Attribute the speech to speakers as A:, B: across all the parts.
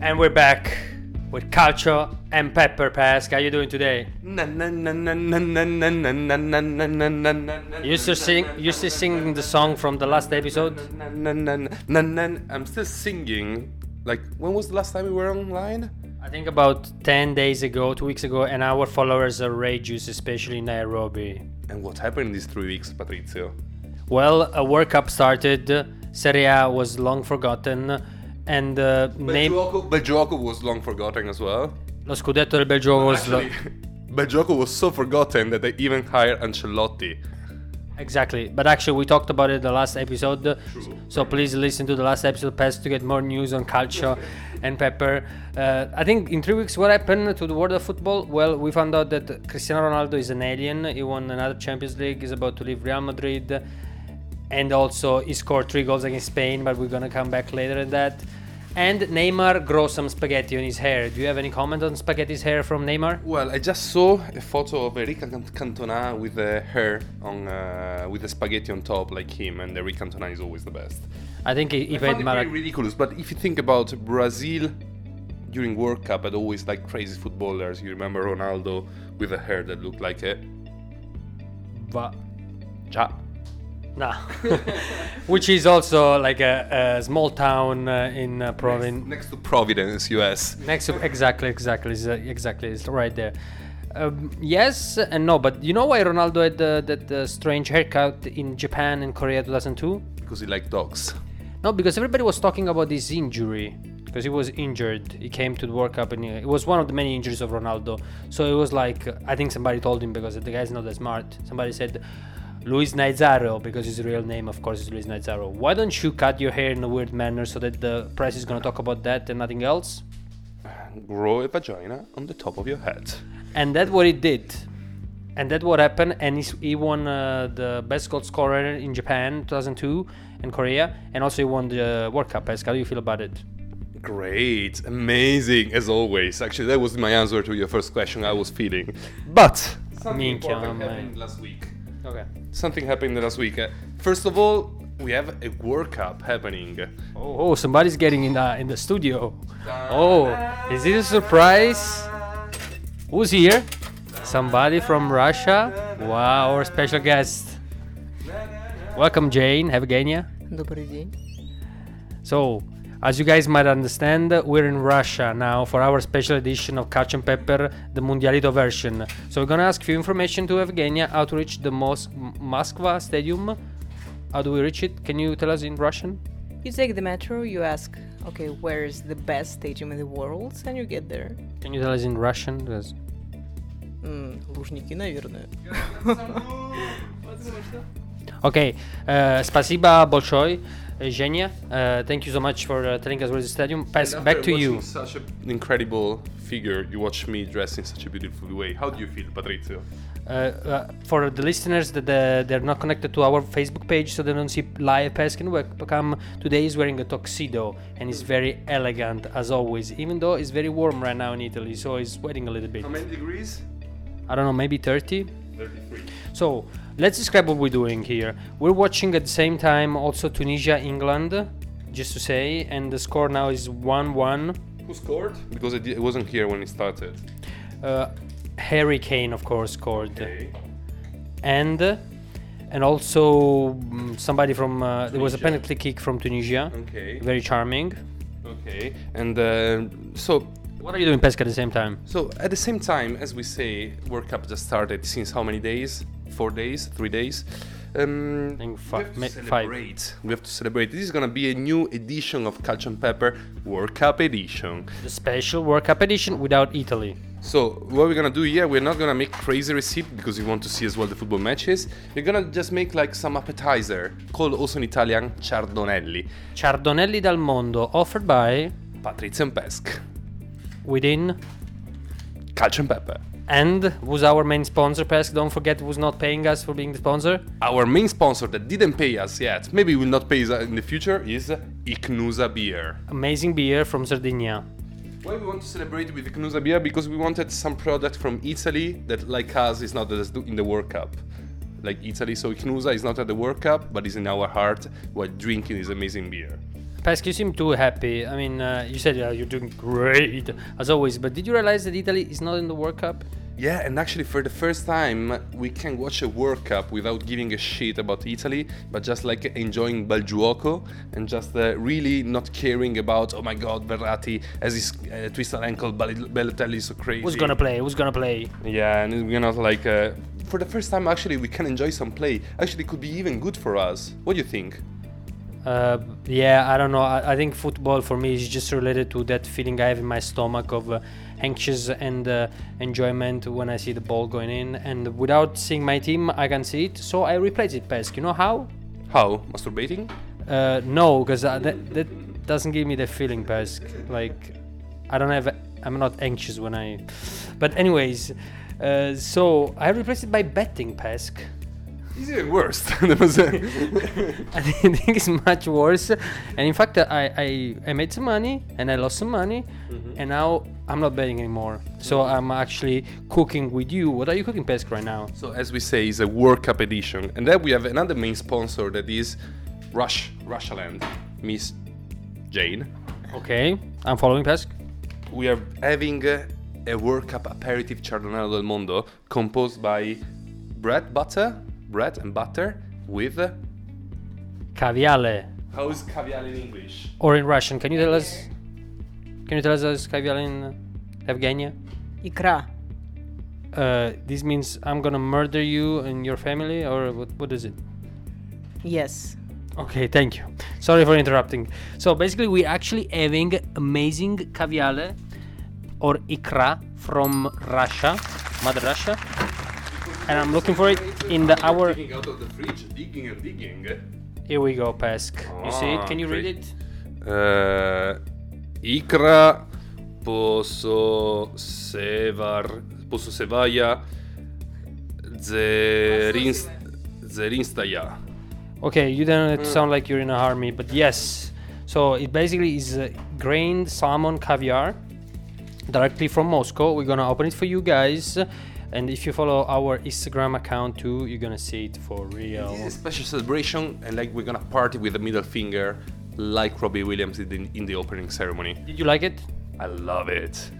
A: And we're back with Calcio and Pepper Pask. How you doing today? You still sing you still singing the song from the last episode?
B: I'm still singing. Like, when was the last time we were online?
A: I think about ten days ago, two weeks ago, and our followers are rageous, especially in Nairobi.
B: And what happened in these three weeks, Patrizio?
A: Well, a World Cup started, Serie A was long forgotten, and uh, name
B: Belgioco, Belgioco was long forgotten as well.
A: lo scudetto del bel gioco was lo-
B: Actually, Belgioco was so forgotten that they even hired Ancelotti.
A: Exactly, but actually we talked about it the last episode. So please listen to the last episode past to get more news on Calcio and Pepper. Uh, I think in three weeks what happened to the world of football? Well, we found out that Cristiano Ronaldo is an alien. He won another Champions League. He's about to leave Real Madrid, and also he scored three goals against Spain. But we're gonna come back later at that. And Neymar grows some spaghetti on his hair. Do you have any comment on spaghetti's hair from Neymar?
B: Well, I just saw a photo of Eric Cantona with uh, her on uh, with the spaghetti on top, like him, and Eric Cantona is always the best.
A: I think he, he
B: I
A: played
B: find it
A: Malaga.
B: very ridiculous, but if you think about Brazil during World Cup, had always like crazy footballers. You remember Ronaldo with a hair that looked like a
A: but
B: ja.
A: No, which is also like a, a small town uh, in uh, province
B: next to Providence, US.
A: next to exactly, exactly, is, uh, exactly, it's right there. Um, yes and no, but you know why Ronaldo had uh, that uh, strange haircut in Japan and Korea 2002?
B: Because he liked dogs.
A: No, because everybody was talking about this injury because he was injured. He came to the World Cup and he- it was one of the many injuries of Ronaldo. So it was like I think somebody told him because the guy's not that smart. Somebody said Luis Naizaro because his real name, of course, is Luis Naizaro. Why don't you cut your hair in a weird manner so that the press is gonna talk about that and nothing else?
B: Grow a vagina on the top of your head.
A: and that's what he did and that's what happened and he's, he won uh, the best goal scorer in japan 2002 and korea and also he won the uh, world cup Ask how do you feel about it
B: Great, amazing as always. Actually, that was my answer to your first question. I was feeling, but something
A: Minchia,
B: important
A: man.
B: happened last week.
A: okay
B: something happened last week. Uh, First of all, we have a World Cup happening.
A: oh, oh somebody's getting in the in the studio oh is it a surprise who's here somebody from russia wow our special guest welcome jane evgenia
C: Добрый день.
A: So, as you guys might understand, we're in Russia now for our special edition of Catch and Pepper, the Mundialito version. So we're gonna ask few information to Evgenia how to reach the Mos- M- Moskva Stadium. How do we reach it? Can you tell us in Russian?
C: You take the metro, you ask, okay, where is the best stadium in the world, and you get there.
A: Can you tell us in Russian? Because
C: М, Лужники, наверное.
A: Okay, uh, спасибо большое, Evgenia. Uh, thank you so much for uh, telling us where is the stadium. Pass
B: And
A: back
B: after
A: to you.
B: watching Such an incredible figure. You watch me dressed in such a beautiful way. How do you feel, Patrizio?
A: uh, uh, for the listeners that uh, they're not connected to our Facebook page, so they don't see live Peskin come today is wearing a tuxedo and is very elegant as always, even though it's very warm right now in Italy, so it's sweating a little bit.
B: How many degrees?
A: I don't know, maybe 30.
B: 33.
A: So let's describe what we're doing here. We're watching at the same time also Tunisia, England, just to say, and the score now is 1 1.
B: Who scored? Because I, di- I wasn't here when it started.
A: Uh, Harry Kane, of course, scored. and and also mm, somebody from uh, there was a
B: Tunisia.
A: penalty kick from Tunisia.
B: Okay.
A: Very charming.
B: Okay. And uh, so
A: What are you doing, Pesca, at the same time?
B: So at the same time, as we say, World Cup just started since how many days? Four days? Three days? Um,
A: think fi-
B: we have to
A: ma- five.
B: celebrate. We have to celebrate. This is gonna be a new edition of Catch and Pepper World Cup edition.
A: The special World Cup edition without Italy.
B: So what we're gonna do here? We're not gonna make crazy receipt because we want to see as well the football matches. We're gonna just make like some appetizer called also in Italian Chardonnelli.
A: Chardonnelli dal mondo offered by
B: Patrizia and Pesk.
A: within
B: Catch and Pepper.
A: and who's our main sponsor, Pesk. Don't forget who's not paying us for being the sponsor.
B: Our main sponsor that didn't pay us yet, maybe will not pay us in the future, is Icnusa Beer.
A: Amazing beer from Sardinia.
B: Why we want to celebrate with Icnusa Beer? Because we wanted some product from Italy that, like us, is not as- in the World Cup. Like Italy, so Icnusa is not at the World Cup, but is in our heart while drinking this amazing beer.
A: Pesk, you seem too happy. I mean, uh, you said uh, you're doing great as always, but did you realize that Italy is not in the World Cup?
B: Yeah, and actually, for the first time, we can watch a World Cup without giving a shit about Italy, but just like enjoying Baljuoco and just uh, really not caring about, oh my god, Verratti has his uh, twisted ankle, Bal- Balotelli is so crazy.
A: Who's gonna play? Who's gonna play?
B: Yeah, and we're not like. Uh, for the first time, actually, we can enjoy some play. Actually, it could be even good for us. What do you think?
A: Uh, yeah, I don't know. I, I think football for me is just related to that feeling I have in my stomach of uh, anxious and uh, enjoyment when I see the ball going in. And without seeing my team, I can see it. So I replace it, Pesk. You know how?
B: How? Masturbating?
A: Uh, no, because that, that doesn't give me the feeling, Pesk. Like, I don't have. I'm not anxious when I. But, anyways, uh, so I replace it by betting, Pesk.
B: It's even worse. That was a-
A: I think it's much worse. And in fact, I, I, I made some money and I lost some money, and now I'm not betting anymore. So I'm actually cooking with you. What are you cooking, Pesk, right now?
B: So as we say, it's a World Cup edition, and then we have another main sponsor that is Rush, Russialand, Miss Jane.
A: Okay, I'm following Pesk.
B: We are having uh, a World Cup aperitif Chardonnay del Mondo composed by bread butter, bread and butter with uh,
A: Caviale,
B: how is caviar in English?
A: or in Russian? Can you tell us? Can you tell us as caviale in Evgenia?
C: Ikra.
A: Uh, this means I'm gonna murder you and your family, or what, what is it?
C: Yes.
A: Okay, thank you. Sorry for interrupting. So basically, we're actually having amazing caviale or ikra from Russia, Mother Russia, and I'm looking for it in the hour.
B: Digging out of the fridge, digging and digging.
A: Here we go, Pesk. You see it? Can you read it?
B: Uh, ikra, poso sevar, poso sevaja, zerinst, zerinstaja.
A: Okay, you don't sound like you're in a army, but yes. So it basically is uh, grained salmon caviar directly from Moscow. We're gonna open it for you guys. And if you follow our Instagram account too, you're gonna see it for real.
B: It's a special celebration, and like we're gonna party with the middle finger, like Robbie Williams did in, in the opening ceremony.
A: Did you like it?
B: I love it.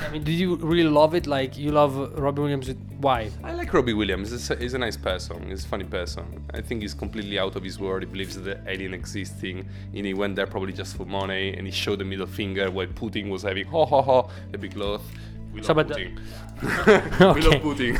A: I mean, did you really love it? Like you love uh, Robbie Williams? with- Why?
B: I like Robbie Williams. He's a, he's a nice person. He's a funny person. I think he's completely out of his world. He believes that alien existing, and he went there probably just for money. And he showed the middle finger while Putin was having ho ho ho a big laugh. We love
A: So, but the-
B: Putin. We
A: Okay.
B: love Putin.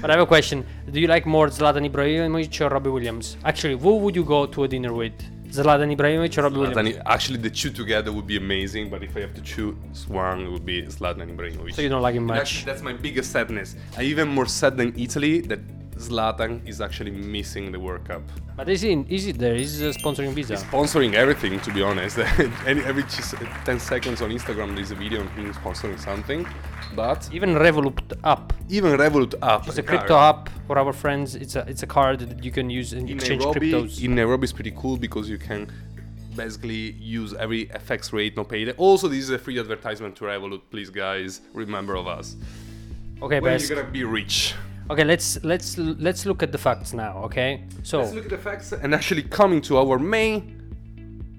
A: But I have a question. Do you like more Zlatan Ibrahimovic or Robbie Williams? Actually, who would you go to a dinner with? Zlatan Ibrahimovic or Robbie Williams?
B: Zlatan, actually, the two together would be amazing. But if I have to choose one, it would be Zlatan Ibrahimovic.
A: So you don't like him
B: And
A: much.
B: Actually, that's my biggest sadness. I'm even more sad than Italy that Zlatan is actually missing the World Cup.
A: But is he? Is he there? Is he sponsoring Visa?
B: Sponsoring everything, to be honest. Any, every just 10 seconds on Instagram, there's a video on him sponsoring something. But
A: Even Revolut app.
B: even Revolut app. uh,
A: It's a
B: card
A: crypto app for our friends. It's a it's a card that you can use and
B: In
A: exchange
B: Nairobi,
A: cryptos.
B: in Nairobi is pretty cool because you can basically use every FX rate, no pay. Also, this is a free advertisement to Revolut. Please, guys, remember of us.
A: okay,
B: When
A: best.
B: you're gonna be rich.
A: Okay, let's let's let's look at the facts now. Okay, so
B: Let's look at the facts and actually coming to our main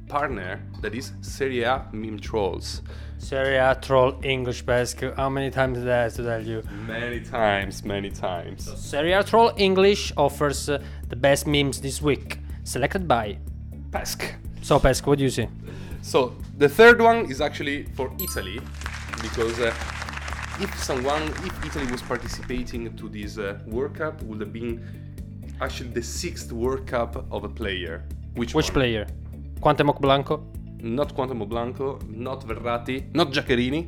B: partner that is Serie A meme trolls.
A: Serie A troll English basket. How many times did I have to tell you?
B: Many times, many times.
A: Serie A troll English offers uh, the best memes this week, selected by
B: Pesk.
A: So Pesk. What do you see?
B: So the third one is actually for Italy because uh, if someone, if Italy was participating to this uh, World Cup, would have been actually the sixth World Cup of a player. Which
A: Which
B: one?
A: player? Quantemoc Blanco.
B: Not Quantum Blanco, not Verratti, not Giaccherini,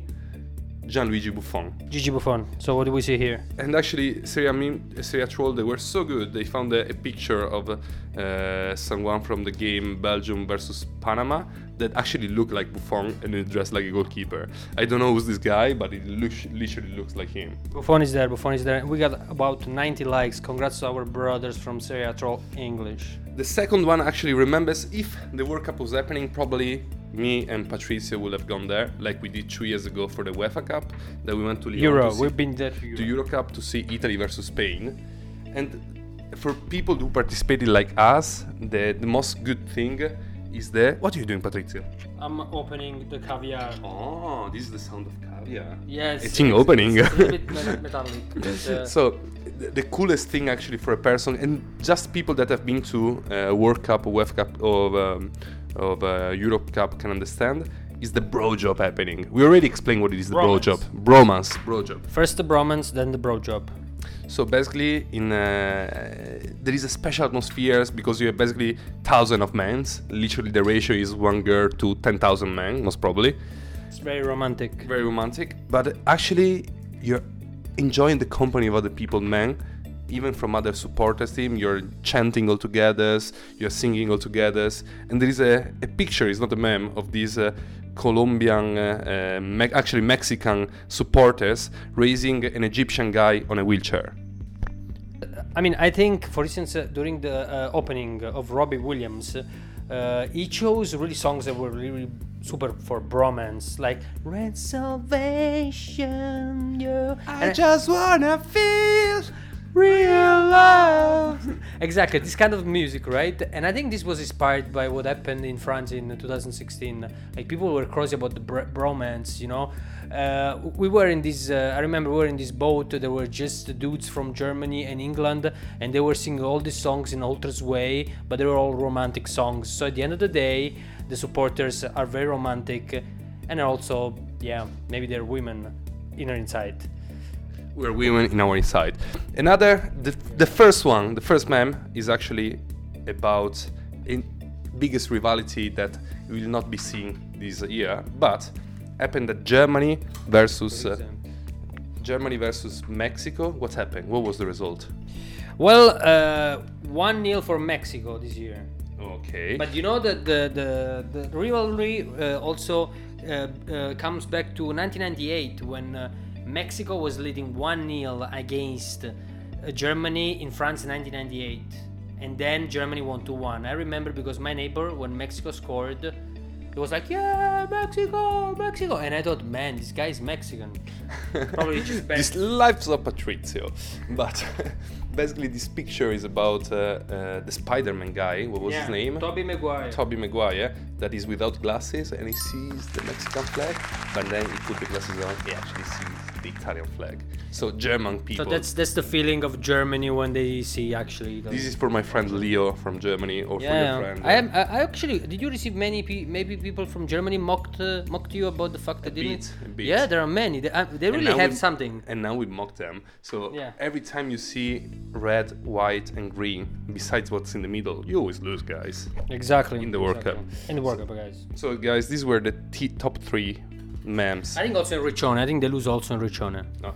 B: Gianluigi Buffon.
A: Gigi Buffon. So what do we see here?
B: And actually, Syria meme, Syria troll, they were so good. They found a, a picture of uh, someone from the game Belgium versus Panama that actually looked like Buffon and it dressed like a goalkeeper. I don't know who's this guy, but it looks, literally looks like him.
A: Buffon is there. Buffon is there. We got about 90 likes. Congrats to our brothers from Serie A troll English.
B: The second one actually remembers if the World Cup was happening, probably me and Patricia would have gone there, like we did two years ago for the UEFA Cup, that we went to Lyon
A: Euro.
B: to see-
A: We've been there to Euro.
B: to Euro Cup to see Italy versus Spain. And for people who participated like us, the, the most good thing is the. What are you doing, Patrizia?
A: I'm opening the caviar.
B: Oh, this is the sound of caviar.
A: Yes.
B: It's in opening.
A: It's a little bit me- metallic. but, uh,
B: So, th- the coolest thing actually for a person, and just people that have been to uh, World Cup, UEFA Cup, of um, of uh, Europe Cup can understand, is the bro job happening. We already explained what it is. The bro
A: Bromance.
B: job, bromance, bro job.
A: first the bromance, then the bro job.
B: So basically, in uh, there is a special atmosphere because you have basically thousand of men. Literally, the ratio is one girl to ten thousand men, most probably.
A: It's very romantic.
B: Very romantic, but actually, you're enjoying the company of other people, man. Even from other supporters team, you're chanting all together, you're singing all together, and there is a, a picture. It's not a meme of these uh, Colombian, uh, uh, Me- actually Mexican supporters raising an Egyptian guy on a wheelchair.
A: I mean, I think, for instance, uh, during the uh, opening of Robbie Williams, uh, he chose really songs that were really super for bromance, like "Red Salvation." You, and I-
B: just wanna feel real love.
A: exactly this kind of music, right? And I think this was inspired by what happened in France in 2016. Like people were crazy about the br- bromance, you know. Uh, we were in this. Uh, I remember we were in this boat. There were just dudes from Germany and England, and they were singing all these songs in Ultra's way, but they were all romantic songs. So at the end of the day, the supporters are very romantic, and are also, yeah, maybe they're women, inner inside.
B: We're women in our inside. Another, the, the first one, the first meme is actually about in biggest rivalry that we will not be seeing this year, but happened at Germany versus uh, Germany versus Mexico. What happened? What was the result?
A: Well, uh, one 0 for Mexico this year.
B: Okay.
A: But you know that the the, the rivalry uh, also uh, uh, comes back to 1998 when uh, Mexico was leading 1-0 against uh, Germany in France in 1998. And then Germany won 2-1. I remember because my neighbor when Mexico scored he was like, "Yeah, Mexico, Mexico." And I thought, "Man, this guy is Mexican." Probably just
B: This
A: bad.
B: lives of Patrizio, but basically this picture is about uh, uh, the Spider-Man guy. What was his name?
A: Toby Maguire.
B: Toby Maguire that is without glasses and he sees the Mexican flag, but then he put the glasses on, he actually sees the Italian flag. So German
A: so
B: people.
A: that's that's the feeling of Germany when they see actually. those-
B: this is for my friend Leo from Germany or
A: Yeah,
B: for your friend.
A: I am. I, I actually did. You receive many pe- maybe people from Germany mocked uh, mocked you about the fact that they didn't.
B: bit, a bit.
A: Yeah, there are many. They, uh, they
B: And
A: really
B: now
A: have
B: we-
A: something.
B: And now we mock them. So
A: Yeah.
B: every time you see red, white, and green, besides what's in the middle, you always lose, guys.
A: Exactly.
B: In the World Cup.
A: In the World Cup, guys.
B: So, guys, these were the t- top three memes.
A: I think also in Riccione. I think they lose also in Riccione.
B: No,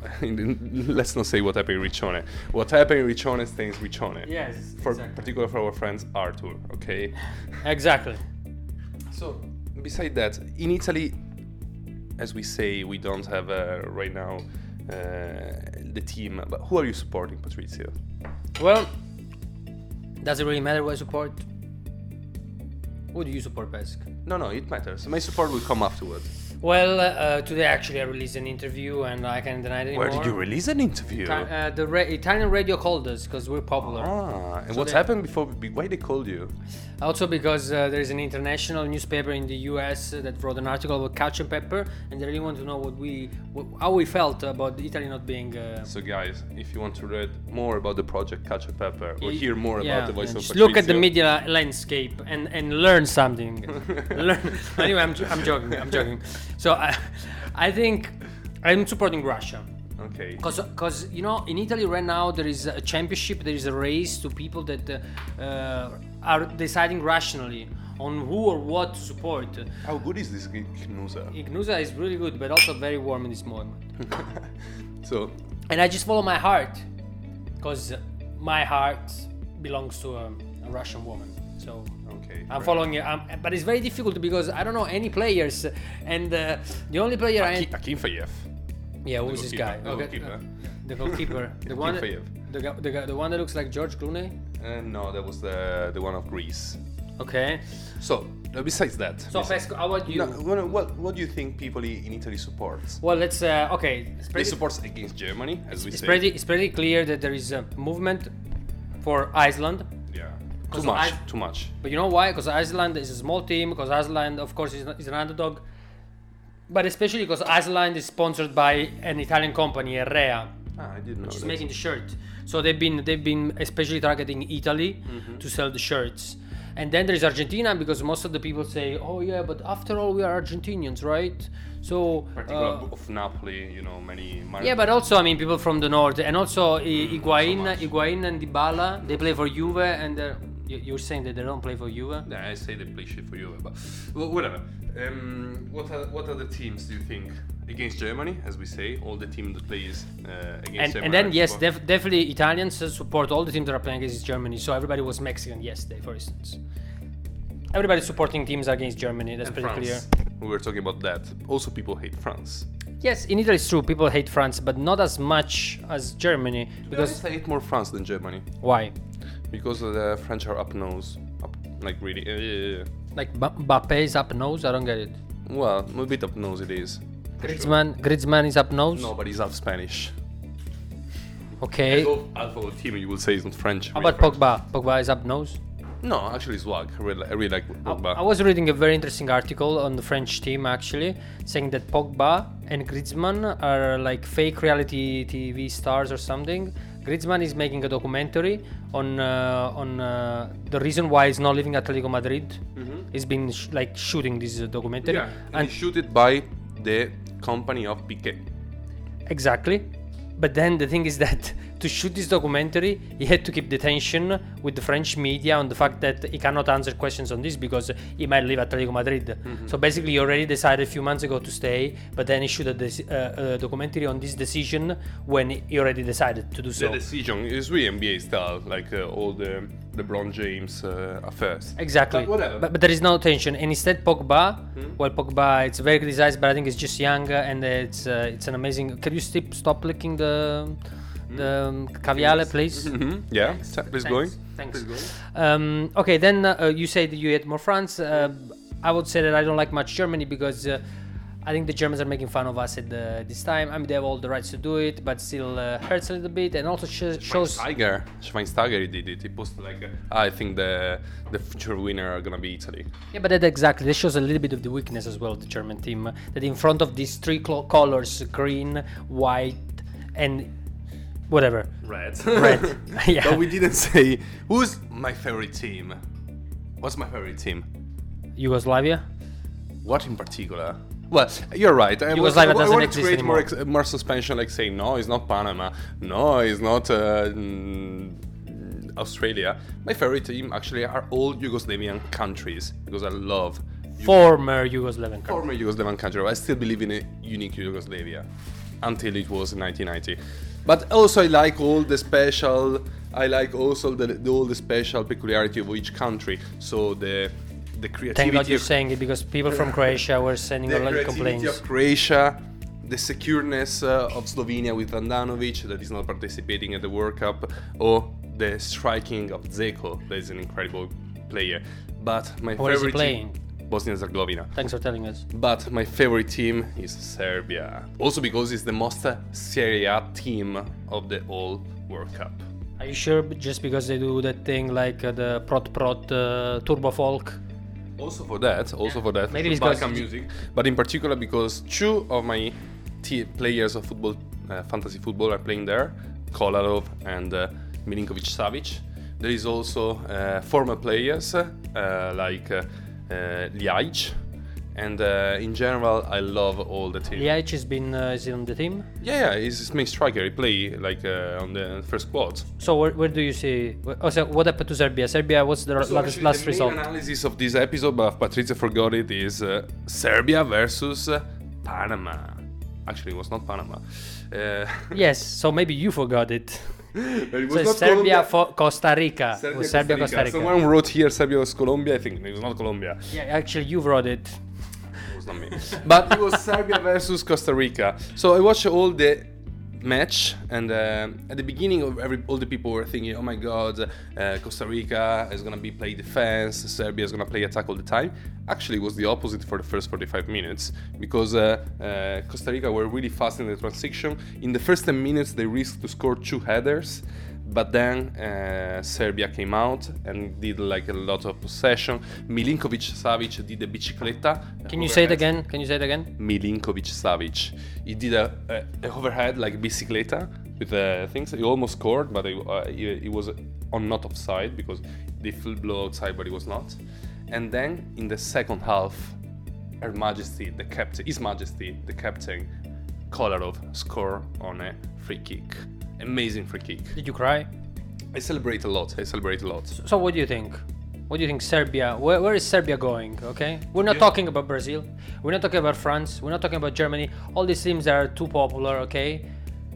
B: let's not say what happened in Riccione. What happened in Riccione stays Riccione.
A: Yes,
B: For
A: exactly.
B: particular for our friends Arthur, okay?
A: Exactly.
B: So, beside that, in Italy, as we say, we don't have uh, right now uh, the team. But who are you supporting, Patrizio?
A: Well, does it really matter what I support? Who do you support, Pesk?
B: No, no, it matters. My support will come afterward.
A: Well, uh, today actually I released an interview and I can't deny it anymore.
B: Where did you release an interview?
A: Ita- uh, the ra- Italian radio called us because we're popular.
B: Ah, and
A: So
B: what
A: they-
B: happened before? be- Why they called you?
A: Also, because uh, there is an international newspaper in the U.S. that wrote an article about couch and pepper, and they really want to know what we, what, how we felt about Italy not being. Uh,
B: So, guys, if you want to read more about the project Catch a Pepper or hear more
A: yeah,
B: about the voice
A: yeah,
B: of
A: just look at the
B: Patrizio-
A: media landscape and, and learn something. learn. Anyway, I'm, jo- I'm joking. I'm joking. So I, I think I'm supporting Russia.
B: Okay.
A: Cause, cause you know, in Italy right now there is a championship, there is a race to people that uh, uh, are deciding rationally on who or what to support.
B: How good is this Knusa?
A: Ignusa is really good, but also very warm in this moment.
B: So,
A: And I just follow my heart, because my heart belongs to a, a Russian woman. So
B: okay.
A: I'm
B: right.
A: following it, i but it's very difficult because I don't know any players, and uh, the only player I
B: Aki- Akin Fayev.
A: yeah, who's this guy?
B: goalkeeper, Ah, the goalkeeper.
A: the goalkeeper, the one,
B: Fayev.
A: the, gu- the, gu- the one that looks like George Clooney.
B: Uh, no, that was the the one of Greece.
A: Okay.
B: So, uh, besides that,
A: So
B: besides-
A: Pesco, how about you?
B: No, what, what what do you think people i- in Italy supports?
A: Well, let's uh, okay. It's
B: They
A: pretty,
B: support against Germany, as we
A: it's
B: say.
A: pretty it's pretty clear that there is a movement for uh, Iceland.
B: Yeah. Too
A: Because
B: much,
A: I-
B: too much.
A: But you know why? Because Iceland is a small team. Because Iceland, of course, is, is an underdog. But especially because Iceland is sponsored by an Italian company, Rea,
B: Ah, I didn't know.
A: which is
B: that.
A: making the shirt. So they've been they've been especially targeting Italy to sell the shirts. And then there is Argentina because most of the people say, "Oh yeah, but after all, we are Argentinians, right?" So
B: Particular
A: uh,
B: book of Napoli, you know, many.
A: yeah, but also I mean people from the north, and also I- Higuain, Higuain and Dybala, they play for Juve, and they're- you- you're saying that they don't play for Juve.
B: Nah, I say they play shit for you, but well, whatever. Um, what are what other teams do you think against Germany? As we say, all the team that plays uh, against
A: and, and
B: Germany. are
A: then yes,
B: support-
A: def- definitely Italians uh, support all the teams that are playing against Germany. So everybody was Mexican yesterday, for instance. Everybody supporting teams against Germany. That's
B: and
A: pretty
B: France. We were talking about that. Also, people hate France
A: clear. Yes, in Italy it's true. People hate France, but not as much as Germany because
B: because I hate more France than Germany
A: why?
B: because the French are up nose, up, like really. Uh, yeah, yeah,
A: Like Ba- Mbappe is up nose. I don't get it.
B: yeah. well, a bit up nose it is. for sure.
A: Griezmann, Griezmann is up nose.
B: No, but he's half Spanish.
A: Okay. How
B: Half- half of the team you would say is not French. How
A: about Pogba? Pogba is up nose.
B: No, actually, it's Wag. I really, I really like Pogba.
A: I was reading a very interesting article on the French team actually, saying that Pogba and Griezmann are like fake reality TV stars or something. Griezmann is making a documentary on uh, on uh, the reason why he's not living Atletico Madrid. He's been sh- like shooting this uh, documentary.
B: Mm-hmm. yeah, and
A: and
B: he shoot it by the company of Piquet.
A: Exactly. But then the thing is that to shoot this documentary, he had to keep the tension with the French media on the fact that he cannot answer questions on this because he might leave Atletico Madrid.
B: Mm-hmm.
A: So basically, he already decided a few months ago to stay, but then he shoot a, dec- uh, a documentary on this decision when he already decided to do so.
B: The decision is really NBA style, like uh, all the LeBron James uh, affairs.
A: Exactly.
B: But whatever. Hmm?
A: But, but there is no tension. And instead, Pogba. Well, Pogba, it's very criticized, but I think it's just young uh, and uh, it's uh, it's an amazing. Can you stop stop licking the
B: Hmm?
A: the um, caviale, please?
B: Mhm, Yeah, Ta- please going.
A: Thanks. Um, okay, then uh, you say that you hate more France. Uh, I would say that I don't like much Germany because uh, I think the Germans are making fun of us at the, this time. I mean, they have all the rights to do it, but still uh, hurts a little bit and also sh- shows.
B: Schweinsteiger, Schweinsteiger he did it. He posted like, uh, I think the the future winner are gonna be Italy.
A: Yeah, but that exactly. That shows a little bit of the weakness as well of the German team. uh, That in front of these three clo- colors green, white, and whatever.
B: Red.
A: Red. Yeah.
B: But we didn't say who's my favorite team. What's my favorite team?
A: Yugoslavia?
B: What in particular? Well, you're right. I was,
A: Yugoslavia
B: I,
A: doesn't
B: wanted
A: exist
B: to create more,
A: anymore.
B: ex- more suspension, like saying, no, it's not Panama. No, it's not uh, mm, Australia. My favorite team actually are all Yugoslavian countries because I love Yug-
A: Former Yugoslavian. country.
B: former Yugoslavian country. I still believe in a unique Yugoslavia until it was 1990. But also, I like all the special. I like also the, the- all the special peculiarity of each country. So the the creativity.
A: Thank God you're
B: of-
A: saying it because people from Croatia were sending a
B: the
A: lot of
B: creativity
A: complaints.
B: of Croatia, the secureness uh, of Slovenia with Andanovic that is not participating at the World Cup, or the striking of Zeko that is an incredible player. But my
A: Where is he
B: favorite
A: playing?
B: team, Bosnia and Herzegovina.
A: Thanks for telling us.
B: But my favorite team is Serbia, also because it's the most uh, Serie A team of the whole World Cup.
A: Are you sure? B- Just because they do that thing like uh, the prot prot uh, turbo folk.
B: Also for that, also for that,
A: Maybe
B: the
A: it's 'cause-
B: Balkan music, but in particular because two of my t- players of football, uh, fantasy football, are playing there, Kolarov and uh, Milinkovic Savic. There is also uh, former players uh, like uh, uh, Ljajic, and uh, in general, I love all the team.
A: Ljajic has been uh, is on the team.
B: Yeah, yeah, he's his main striker. He play like uh, on the first squad.
A: So where, where do you see? wh- Oh, so what happened to Serbia? Serbia was the r-
B: So
A: last,
B: actually,
A: last
B: the
A: result.
B: main analysis of this episode, but Patrizia forgot it, is uh, Serbia versus uh, Panama. Actually, it was not Panama. Uh,
A: yes. So maybe you forgot it.
B: it
A: So
B: was
A: it's
B: not
A: Serbia
B: Colombia.
A: for Costa Rica. It was Serbia Costa Rica.
B: Someone wrote here Serbia was Colombia. I think it was not Colombia.
A: Yeah, actually you wrote it.
B: It was not me. but it was Serbia versus Costa Rica. So I watched all the match, and um at the beginning of every, all the people were thinking, "Oh my God, uh, Costa Rica is gonna be play defense. Serbia is gonna play attack all the time." Actually, it was the opposite for the first 45 minutes because uh, uh, Costa Rica were really fast in the transition. In the first 10 minutes, they risked to score two headers. But then uh, Serbia came out and did like a lot of possession. Milinkovic Savic did a bicicleta.
A: Can you say it again? Can you say it again?
B: Milinkovic Savic. He did a, a, a overhead like bicicleta with uh, things. He almost scored, but he, uh, he, he was on not offside because they flew blow outside, but he was not. And then in the second half, Her Majesty, the captain, His Majesty, the captain, Kolarov score on a free kick. Amazing free kick.
A: Did you cry?
B: I celebrate a lot. I celebrate a lot.
A: So what do you think? What do you think Serbia? Where, where is Serbia going? Okay, we're not talking about Brazil. We're not talking about France. We're not talking about Germany. All these teams are too popular. Okay,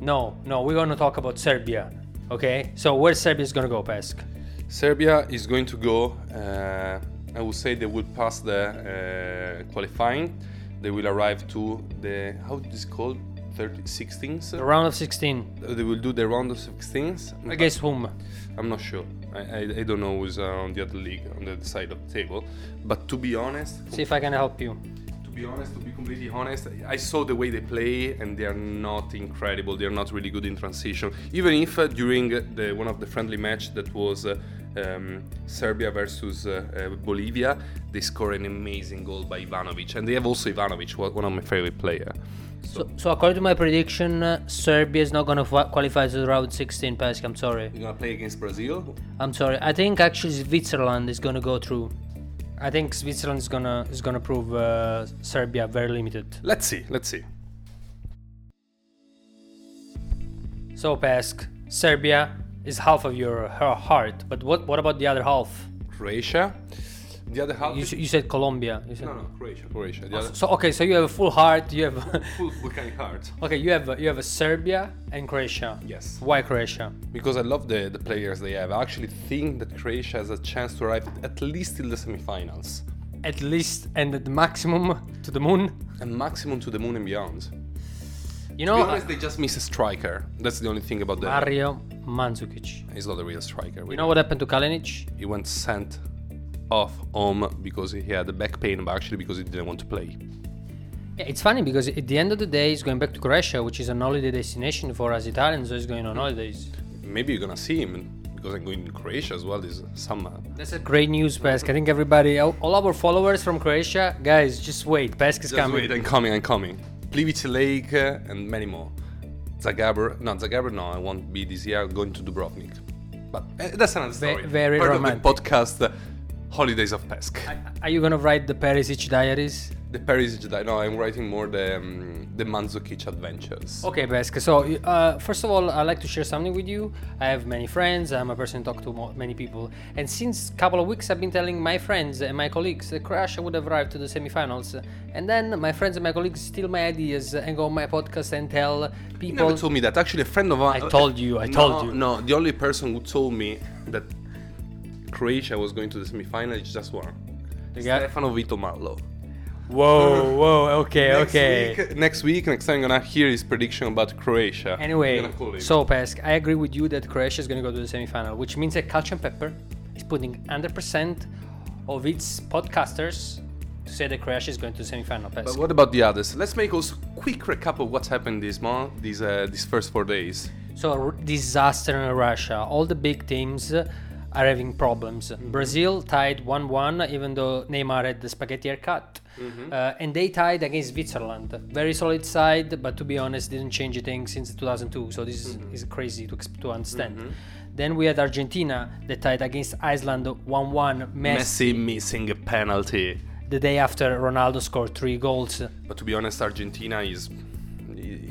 A: no, no, we're gonna talk about Serbia. Okay, so where Serbia is gonna go, Pesk?
B: Serbia is going to go. Uh, I would say they will pass the uh, qualifying. They will arrive to the how it is called 30, 16th.
A: The round of 16
B: They will do the round of 16th.
A: against whom?
B: I'm not sure. I, I, I don't know who's uh, on the other league on the other side of the table. But to be honest,
A: See if I can help you.
B: to be honest, to be completely honest, I saw the way they play, and they are not incredible. They are not really good in transition. Even if uh, during the one of the friendly match that was uh, um, Serbia versus uh, uh, Bolivia, they score an amazing goal by Ivanovic, and they have also Ivanovic, one one of my favorite player.
A: So, so according to my prediction, uh, Serbia is not gonna fa- qualify to the round 16, Pesk. I'm sorry.
B: We're gonna play against Brazil.
A: I'm sorry. I think actually Switzerland is gonna go through. I think Switzerland is gonna is gonna prove uh, Serbia very limited.
B: Let's see. Let's see.
A: So Pesk, Serbia is half of your her heart, but what what about the other half?
B: Croatia. The other half.
A: You,
B: is-
A: s- you said Colombia. You said
B: no, no, Croatia. Ah, Croatia. The other
A: So okay, so you have a full heart. You have
B: full volcanic heart.
A: okay, you have you have a Serbia and Croatia.
B: Yes.
A: Why Croatia?
B: because I love the, the players they have. I actually think that Croatia has a chance to arrive at least till the semifinals
A: At least and at the maximum to the moon.
B: and maximum to the moon and beyond.
A: You
B: To be
A: know,
B: honest, they just miss a striker. That's the only thing about them.
A: Mario Mandzukic.
B: He's not a real striker.
A: You know what happened to Kalinic?
B: He went sent off home because he had a back pain, but actually because he didn't want to play.
A: Yeah, it's funny because at the end of the day, he's going back to Croatia, which is an holiday destination for us Italians. So he's going on holidays.
B: Maybe you're gonna see him because I'm going to Croatia as well this summer.
A: That's a great news, Pesk. I think everybody, all, all our followers from Croatia, guys, just wait. Pesk is
B: Just
A: coming.
B: wait, I'm coming, I'm coming. Plivice Lake uh, and many more. Zagabr, no, Zagabr, no, I won't be this year. I'm going to Dubrovnik. But uh, that's another
A: Ve-
B: story.
A: very
B: Part
A: romantic.
B: of the podcast, uh, Holidays of Pesk.
A: Are you gonna write the Perisic diaries?
B: the Paris Jedi, no, I'm writing more the, um, the Manzukic adventures.
A: Okay, Pesk. So, uh, first of all, I'd like to share something with you. I have many friends. I'm a person who talk to mo- many people. And since a couple of weeks, I've been telling my friends and my colleagues that Croatia would have arrived to the semifinals. And then my friends and my colleagues steal my ideas and go on my podcast and tell
B: You
A: people.
B: never told me that. Actually, a friend of mine.
A: I told you, I told
B: No,
A: you.
B: No, the only person who told me that Croatia was going to the semifinal is just one.
A: The guy-
B: Stefano Vito Mallo.
A: Whoa, whoa. Okay, okay.
B: Week, next week, next time, I'm gonna hear his prediction about Croatia. I'm
A: Anyway,
B: gonna call him.
A: so Pesk, I agree with you that Croatia is going to go to the semifinal, which means that Culture and Pepper is putting 100% of its podcasters to say that Croatia is going to the semifinal.
B: But
A: Pesk.
B: what about the others? Let's make also quick recap of what's happened this month, these uh, these first four days.
A: So r- disaster in Russia. All the big teams uh, are having problems. Brazil tied 1-1, even though Neymar had the spaghetti haircut. Uh, and they tied against Switzerland. Very solid side, but to be honest, didn't change a thing since 2002. So this is- is crazy to, ex- to understand. Then we had Argentina that tied against Iceland 1-1. Messi,
B: Messi missing a penalty.
A: the day after Ronaldo scored three goals.
B: But to be honest, Argentina is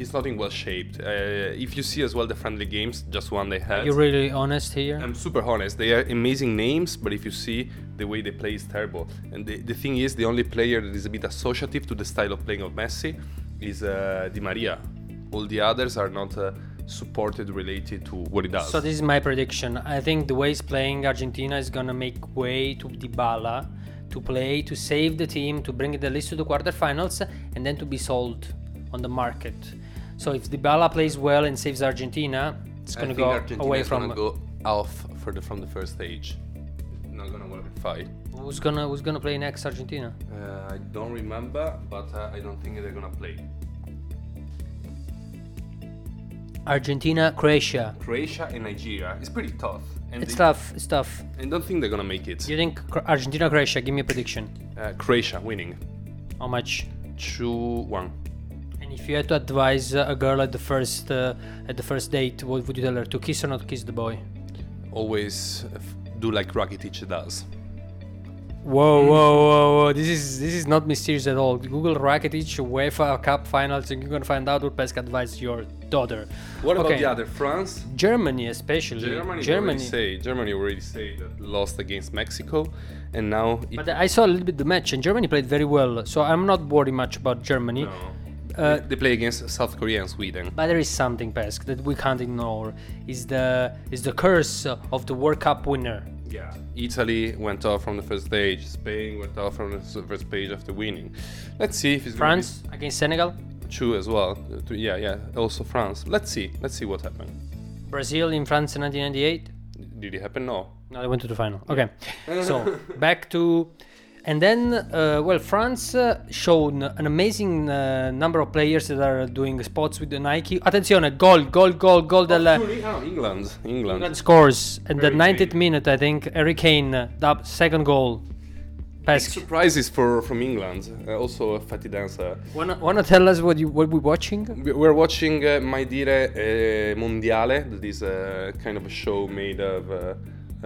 B: is not in well shaped. Uh, if you see as well the friendly games, just one they had.
A: You're really honest here?
B: I'm super honest. They are amazing names, but if you see the way they play is terrible. And the, the thing is, the only player that is a bit associative to the style of playing of Messi is uh, Di Maria. All the others are not uh, supported related to what he does.
A: So this is my prediction. I think the way he's playing Argentina is gonna make way to Dybala to play to save the team to bring it at least to the quarterfinals and then to be sold on the market. So if Dybala plays well and saves Argentina, it's gonna go away from
B: go off for the, from the first stage. Not gonna qualify.
A: who's gonna who's gonna play next Argentina.
B: Uh, I don't remember, but uh, I don't think they're gonna play.
A: Argentina, Croatia.
B: Croatia and Nigeria. It's pretty tough. And
A: It's
B: they-
A: tough. It's tough.
B: And don't think they're gonna make it.
A: Do you think Cro- Argentina, Croatia? Give me a prediction.
B: Uh, Croatia winning
A: How much?
B: two one.
A: And if you had to advise uh, a girl at the first uh, at the first date, what would you tell her? To kiss or not kiss the boy?
B: Always uh, f- do like Rakitic does. Hmm.
A: Whoa, whoa, whoa, whoa! This is this is not mysterious at all. Google Rakitic UEFA Cup finals, and you're gonna find out what Pesca advised your daughter.
B: What about
A: Okay.
B: the other? France.
A: Germany, especially
B: Germany,
A: Germany.
B: they already say Germany already say that lost against Mexico, and now it,
A: But I saw a little bit the match, and Germany played very well. So I'm not worried much about Germany.
B: no.
A: Uh,
B: they play against South Korea and Sweden.
A: But there is something, Pesk, that we can't ignore. Is the is the curse of the World Cup winner.
B: Yeah, Italy went off from the first stage. Spain went off from the s- first page after winning. Let's see if it's gonna be
A: France against Senegal,
B: true as well. Uh, to- Yeah, yeah. Also France. Let's see. Let's see what happened.
A: Brazil in France in 1998.
B: Did it happen? No.
A: No, they went to the final. Okay, so back to, and then uh, well, France uh, showed an amazing uh, number of players that are doing spots with the Nike. Attenzione, goal, goal, goal, goal del.
B: Oh, England.
A: England
B: England.
A: scores in the
B: Harry
A: 90th
B: Kane.
A: minute, I think. Harry Kane, uh, dub- second goal. Pesk,
B: Surprises for from England. Uh, also a fatty dancer.
A: wanna, wanna tell us what you what we're watching?
B: We- We're watching uh, My Dire uh, Mondiale, that is uh, kind of a show made of. Uh,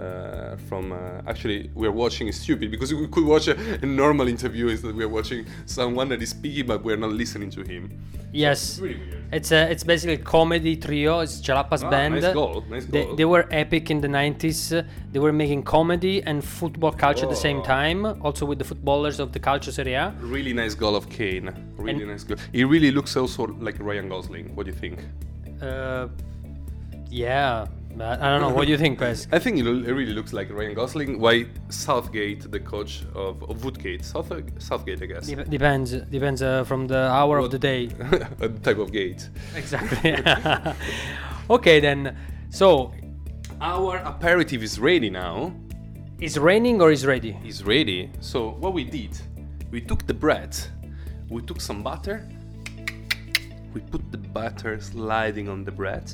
B: uh, from uh, actually, we're watching is stupid because we could watch a, a normal interview instead. We're watching someone that is speaking, but we're not listening to him.
A: Yes,
B: really weird.
A: it's a, it's basically a comedy trio. It's Jalapa's
B: Ah,
A: band.
B: nice goal, nice
A: They,
B: goal.
A: they were epic in the 90s. They were making comedy and football culture at the same
B: Whoa.
A: time, also with the footballers of the culture Serie A.
B: Really nice goal of Kane. Really
A: And-
B: nice goal. He really looks also like Ryan Gosling. What do you think?
A: Uh, yeah, but I don't know. What do you think, Pes?
B: I think it l- it really looks like Ryan Gosling. Why Southgate, the coach of, of Woodgate, South, Southgate, I guess,
A: Dep- depends depends uh, from the hour of the day.
B: a type of gate.
A: Exactly. okay then. So,
B: Our aperitif is ready now.
A: it's raining or is ready?
B: Is ready. So what we did, we took the bread, we took some butter, we put the butter sliding on the bread,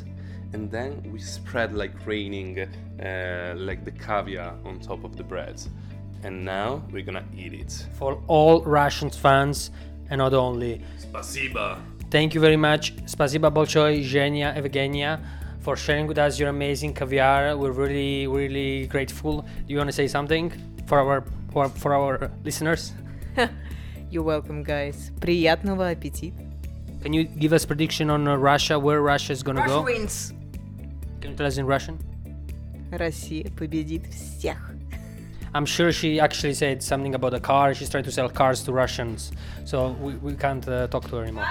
B: and then we spread like raining, uh, like the caviar on top of the bread. And now we're gonna eat it.
A: For all Russian fans and not only.
B: Spasiba.
A: Thank you very much, Spasiba Bolshoi, Zhenya, Evgenia, for sharing with us your amazing caviar. We're really, really grateful. Do you want to say something for our for, for our listeners?
C: You're welcome, guys. Приятного аппетита.
A: Can you give us prediction on uh, Russia, where Russia is gonna go?
C: wins.
A: Can you tell us in Russian?
C: Россия победит всех.
A: I'm sure she actually said something about a car. She's trying to sell cars to Russians, so we, we can't uh, talk to her anymore.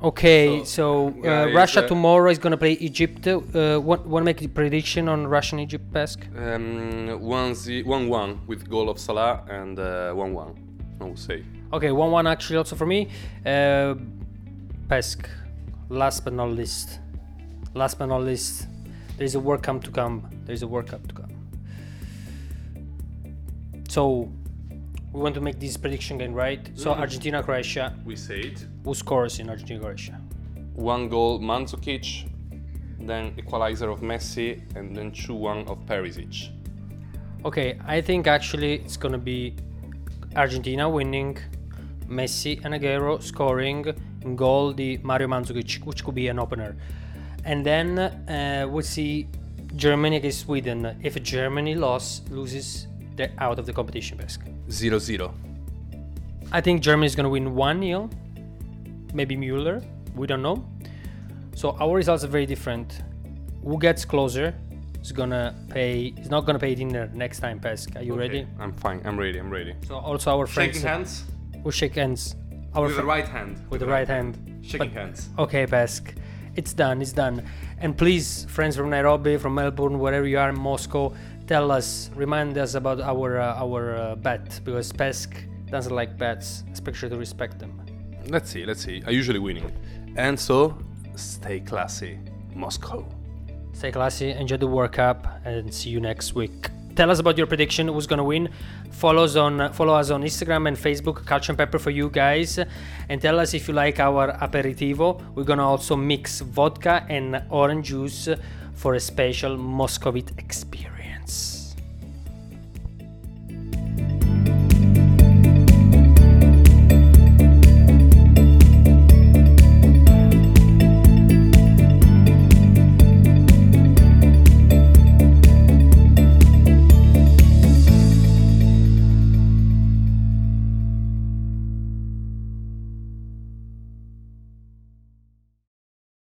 A: Okay, so, uh,
B: guys,
A: Russia
B: uh,
A: tomorrow is gonna play Egypt. Uh, want want to make a prediction on Russian Egypt Pesk?
B: Um, one, ze- one one with goal of Salah and uh, one one. I would say.
A: Okay, one one actually also for me. Uh, Pesk. Last but not least. Last but not least, there is a World Cup to come. There is a World Cup to come. So we want to make this prediction game, right? So Argentina Croatia.
B: We say it.
A: Who scores in Argentina Croatia?
B: One goal Mandzukic, then equalizer of Messi, and then two one of Perisic.
A: Okay, I think actually it's gonna be Argentina winning, Messi and Aguero scoring in goal the Mario Mandzukic, which could be an opener, and then uh, we'll see Germany against Sweden. If Germany loss loses, they're out of the competition. Basically,
B: Zero zero.
A: I think Germany is gonna win one 0 maybe Müller. We don't know. So our results are very different. Who gets closer is gonna pay. Is not gonna pay dinner next time. Pesk, are you ready?
B: I'm fine. I'm ready. I'm ready.
A: So also our friends
B: Shaking hands
A: who shake hands. Our
B: with the
A: fri-
B: right hand.
A: with the right hand.
B: Shaking hands.
A: Okay, Pesk. It's done, it's done. And please, friends from Nairobi, from Melbourne, wherever you are in Moscow, tell us, remind us about our uh, our uh, bet because Pesk doesn't like bets, especially to respect them.
B: Let's see. Let's see. I usually winning. And so, stay classy, Moscow.
A: Stay classy, enjoy the World Cup, and see you next week. tell us about your prediction, who's gonna win. Follow us on follow us on Instagram and Facebook, Culture and Pepper for you guys, and tell us if you like our aperitivo. We're gonna also mix vodka and orange juice for a special Moscovite experience.